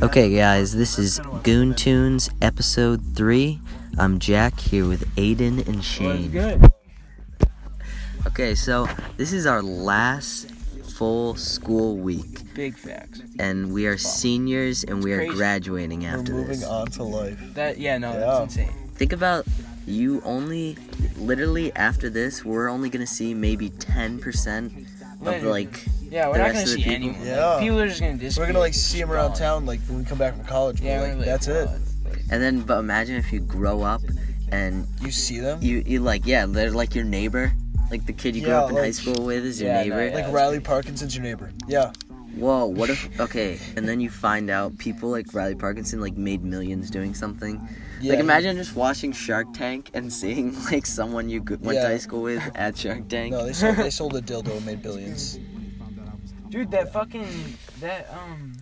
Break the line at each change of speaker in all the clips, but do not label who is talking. Okay, guys, this is Goon Tunes episode three. I'm Jack here with Aiden and Shane.
good.
Okay, so this is our last full school week,
Big facts.
and we are seniors and we are
Crazy.
graduating after
We're moving
this.
on to life.
That yeah, no,
Yeah.
that's insane.
Think about you only, literally after this, we're only gonna see maybe 10% of
Literally.
like.
Yeah, we're
The
not
rest
gonna
of the
see
people-
anyone.
Yeah.
Like, people are just gonna disappear.
We're gonna like see him around
Gone.
town, like when we come back from college.
Yeah,
Yeah,
we're
like,
like,
that's it.
"Oh,
And then, but imagine if you grow up and
You see them,
you, you like, yeah, they're like your neighbor. Like the kid you grew
Yeah,
up in high
like-
school with is your
Yeah, no,
neighbor.
yeah.
like Riley Parkinson's your neighbor. Yeah,
Whoa, what if okay, and then you find out people like Riley Parkinson like made millions doing something.
yeah.
Like imagine just watching Shark Tank and seeing like someone you g- went to
Yeah.
high school with at Shark Tank.
No, they sold, they sold a dildo and made billions.
Dude, that fucking that um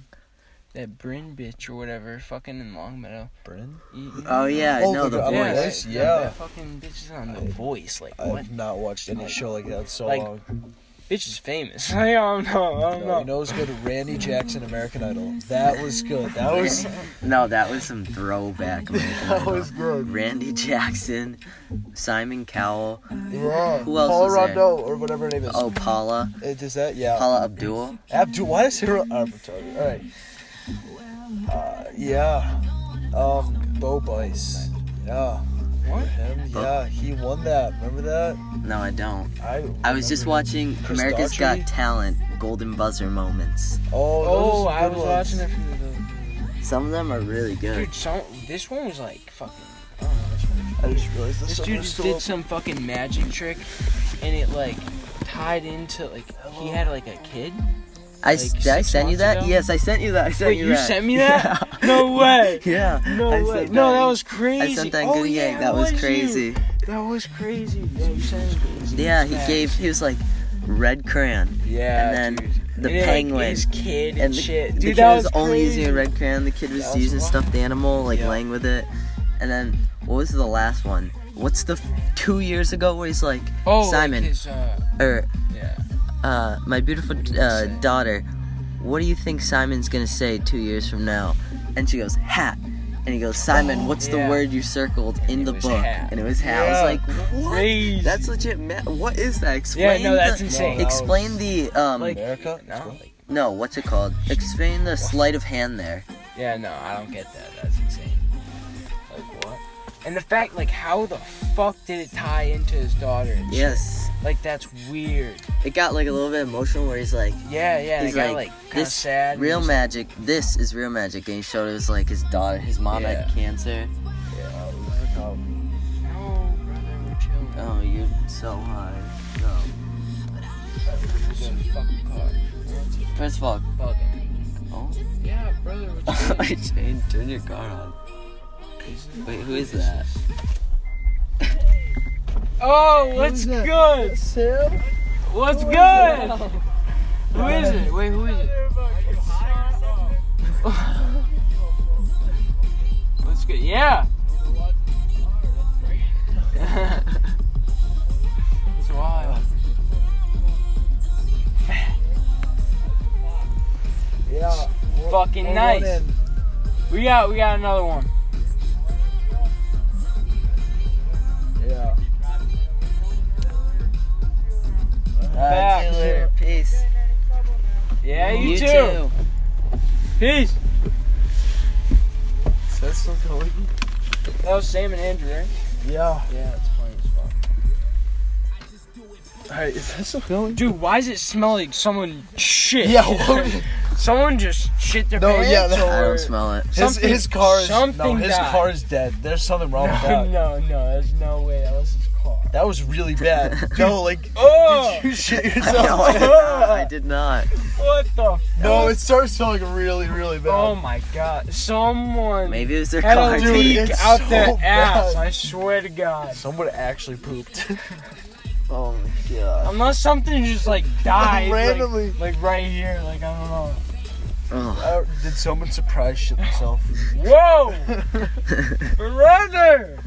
that Bryn bitch or whatever, fucking in Longmeadow.
Brennan,
You- you-
oh yeah,
Oh,
no, the
the- oh,
yeah,
voice.
Voice,
that-
yeah.
That fucking bitch is on the Voice. Like what?
I've not watched any show like that in so
Like,
long.
Bitch is famous. I don't know. I
No,
don't
you
know.
know what's good? Randy Jackson, American Idol. That was good. That was
No, that was some throwback. American
that
Idol.
was good.
Randy Jackson, Simon Cowell,
Yeah.
Who else
Paula
was there?
Rondo or whatever her name is.
oh Paula,
It is that. Yeah.
Paula Abdul.
Abdul, why is her I'm retarded. All right. Uh, yeah. Um, Bo Bice. Yeah.
What?
Him? Yeah, he won that. Remember that?
No, I don't.
I.
I was just
remember-
watching
Chris
America's
Daughtry?
Got Talent Golden Buzzer moments.
Oh,
Oh,
those are
I
good
was
ones.
watching it from the
Some of them are really good.
dude. Some this one was like fucking. I
Oh,
don't know. This one
I just realized this.
This dude just did some fucking magic trick, and it like tied into like he had like a kid.
I
like,
did I
six
send you
months
that?
ago?
Yes, I sent you that. I sent
Wait,
you,
you
that.
sent me that? No way.
Yeah. yeah.
No
I
way.
sent
No, that was crazy.
I sent that
oh,
Goody
yeah,
Egg.
it
That was
you.
crazy.
That was crazy. Yeah, you sent it crazy.
Yeah, he
Facts.
gave. He was like red crayon,
Yeah.
and then
dude.
the
And then, like,
penguin,
his kid and,
and the,
shit.
the
Dude,
kid
that
was, only using a
crazy.
red crayon. The kid was,
That was
using
wild.
stuffed animal, like
Yeah.
laying with it. And then what was the last one? What's the f- two years ago where he's like,
Oh, like
Simon.
his, uh,
or
yeah.
uh, my beautiful
did he
uh,
say?
daughter, what do you think Simon's gonna say two years from now? And she goes, hat. And he goes, Simon, what's
yeah.
the word you circled in
it
the
was
book?
hat.
And it was hat.
Yeah.
I was like, what?
Crazy.
That's legit. Ma- what is that?
Yeah,
Explain.
no, that's
the-
insane.
No, that
Explain the um.
Like-
America.
No. like,
no, what's it called? Explain the sleight of hand there.
Yeah, no, I don't get that. That's insane. Like what? And the fact, like, how the fuck did it tie into his daughter? and shit?
Yes.
Like that's weird.
It got like a little bit emotional where he's like,
Yeah, yeah.
he's
they got,
like,
like, kind of
this
sad. and
real
just-
magic. This is real magic. And he showed it was like his daughter. His mom had
Yeah.
cancer.
Yeah, look
oh,
how-
No, brother, we're chilling.
Oh, you're so high. No.
We're good. Fucking car.
First of all,
Fucking.
oh.
Yeah, brother, we're chilling.
Shane, turn your car on. Wait, who is that?
oh, what's good?
Sam?
What's good? Who is it? Wait, who is it? What's good? Yeah. it's wild.
Yeah. we're-
Fucking
we're
nice.
running.
We got we got another one.
Yeah.
Back.
see you later. Peace.
Yeah, you, too. Peace.
Is that still going?
That was Sam and Andrew, right?
Yeah.
Yeah, it's funny as fuck.
Alright, is that still going?
Dude, why does it smell like someone shit?
Yeah, what-
someone just shit their
No,
pants.
yeah, that-
I
or-
don't smell it.
His,
Something-
his car is no.
something
His
died.
car is dead. There's something wrong with
No,
that.
no, no, there's no way that was his car.
That was really bad. no, like
Oh,
did you shit
No,
yourself?
I did not. I did not.
what the? F-
no, it starts smelling really, really bad.
oh my god! Someone
Maybe it was their
had
car.
a
Dude,
leak
it's
out
so
their ass.
bad.
I swear to God.
Someone actually pooped.
Oh my god.
Unless something just like died like-
Randomly.
like, right here, like I don't know.
Oh.
Uh, did someone surprise shit themselves?
Whoa, brother!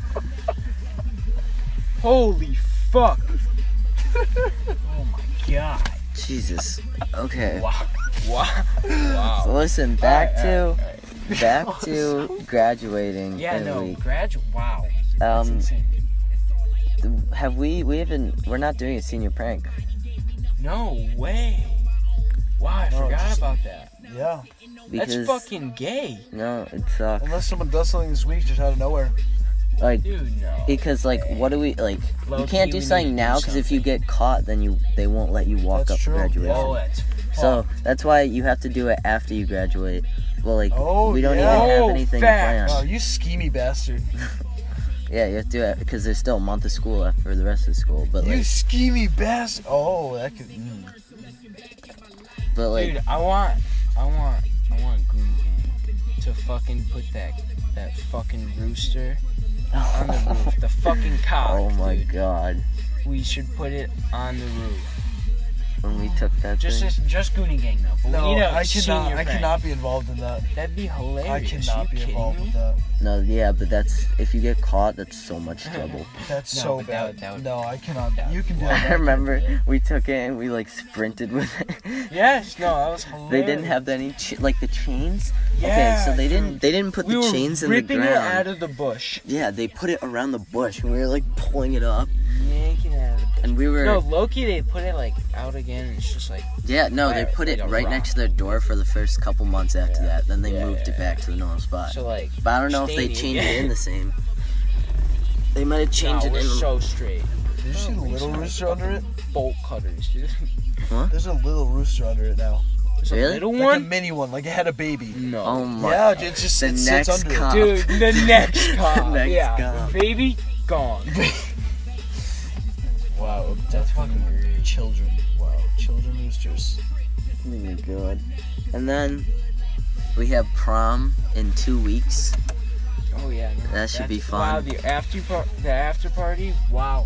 Holy fuck! oh my god!
Jesus. Okay.
Wow! Wow! Wow!
So listen, back to
Alright, alright, alright.
back to graduating
Oh, Yeah,
in a
no,
week.
graduate. Wow. That's
Um,
insane.
have we? We haven't. We're not doing a senior prank.
No way. Wow, I
No,
forgot
just-
about that.
Yeah.
Oh, Because,
That's fucking gay.
No, it sucks.
Unless someone does something this week just out of nowhere.
Like
Dude, no.
because like what do we like? you
Low-key,
can't do
we need
something
to do
now because if you get caught, then you they won't let you walk
That's
up to
true.
graduation.
oh, that's
So
fucked.
that's why you have to do it after you graduate. Well, like
Oh,
we don't
yeah.
even have
Oh,
anything
facts. Oh,
Oh,
planned.
you schemy bastard.
Yeah, you have to do it because there's still a month of school after the rest of school. But
You
like,
schemy bastard. Oh, that could. Mm.
but like,
Dude, I want, I want, I want Goon Gang to fucking put that that fucking rooster on the roof. The fucking cock.
oh my
dude.
god,
We should put it on the roof.
when we took that
Just
thing,
just, just Goonie Gang though. But
No,
we need a
I cannot.
senior
I
prank.
cannot be involved in that.
That'd be hilarious.
I
You
cannot be
kidding
involved
me?
with that.
no, yeah, but that's if you get caught, that's so much trouble.
That's
No,
so
but that
bad.
would- that would-
no, I cannot.
that would
you can do
I
that.
remember we took it and we like sprinted with it.
Yes, no, that was hilarious.
They didn't have any ch- like the chains. okay,
Yeah,
so they
dude.
didn't they didn't put
we
the
were
chains in the
ripping
ground.
it out of the bush,
yeah, they put it around the bush and we were like pulling it up
yanking it out of the bush.
and we were
No, Loki, they put it like out again, and it's just like,
yeah no they
right,
put it
like a
right
rock.
next to their door for the first couple months after
Yeah.
that. Then they
Yeah,
moved
yeah,
it back to the normal spot.
so like.
but I don't know if they
Stadium,
changed
yeah.
it in the same. They might have changed
no,
it
we're
in.
so straight.
Did you see the
Oh,
little
we
rooster under it?
Bolt cutters, dude.
There's a little rooster under it now.
There's a
Really?
little
Like a
one. Mm.
mini one. Like it had a baby.
no.
oh my.
yeah, dude, it just
The
it sits
next
under
cop.
Dude, the next cop.
Next
yeah.
cop.
Baby gone.
it. Wow,
That's
that's
fucking
fucking
weird.
Children. Wow, children roosters.
Oh my god. And then we have prom in two weeks.
Oh yeah. no,
That should be
that's-
fun.
Wow, the after par- the after party. Wow.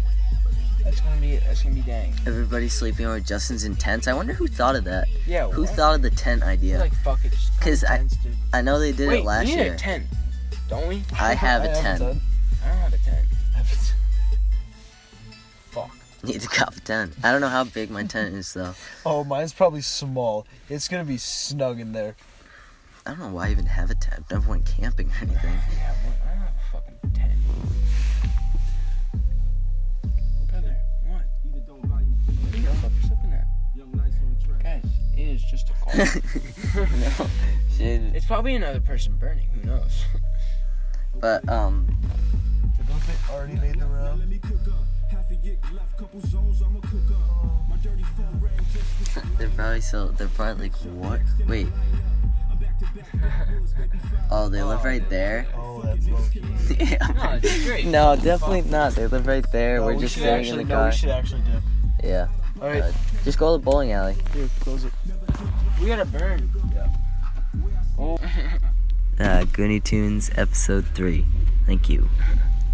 That's gonna be that's gonna be dang.
Everybody's sleeping over Justin's in tents. I wonder who thought of that.
Yeah.
Who
what?
thought of the tent idea?
Like fuck it. just
Cause I-
tents, dude.
I know they did
Wait,
it last
we need
year.
a tent, don't we?
I have a
I
tent.
done-
I don't have a tent.
I haven't-
Fuck.
Need to cop a tent. I don't know how big my tent is though.
Oh, mine's probably small. It's gonna be snug in there.
I don't know why I even have a tent. I've never went camping or anything.
Yeah. What? I don't have a fucking tent. Oh, Brother, what? What the fuck you looking at? Guys, it is just a call.
no. Shit.
It's probably another person burning. Who knows?
But um
Did those they already made the round?
they're probably so they're probably like what wait. Oh, they live right there?
Oh, that's low key.
No, it's great.
No, definitely not. They live right there.
No,
We're
we
just
should
sitting
actually,
in the
no,
car.
we should actually do. it.
Yeah.
All right,
Uh, just go to the bowling alley.
here, close it.
We gotta burn.
Yeah.
Oh.
Uh, Goonie Tunes episode three. Thank you.